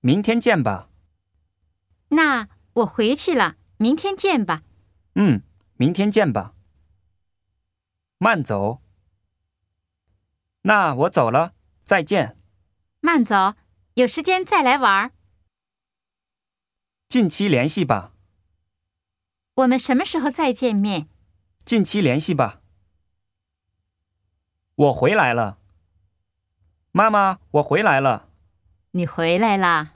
明天见吧。那我回去了，明天见吧。嗯，明天见吧。慢走。那我走了，再见。慢走，有时间再来玩儿。近期联系吧，我们什么时候再见面？近期联系吧。我回来了，妈妈，我回来了。你回来啦。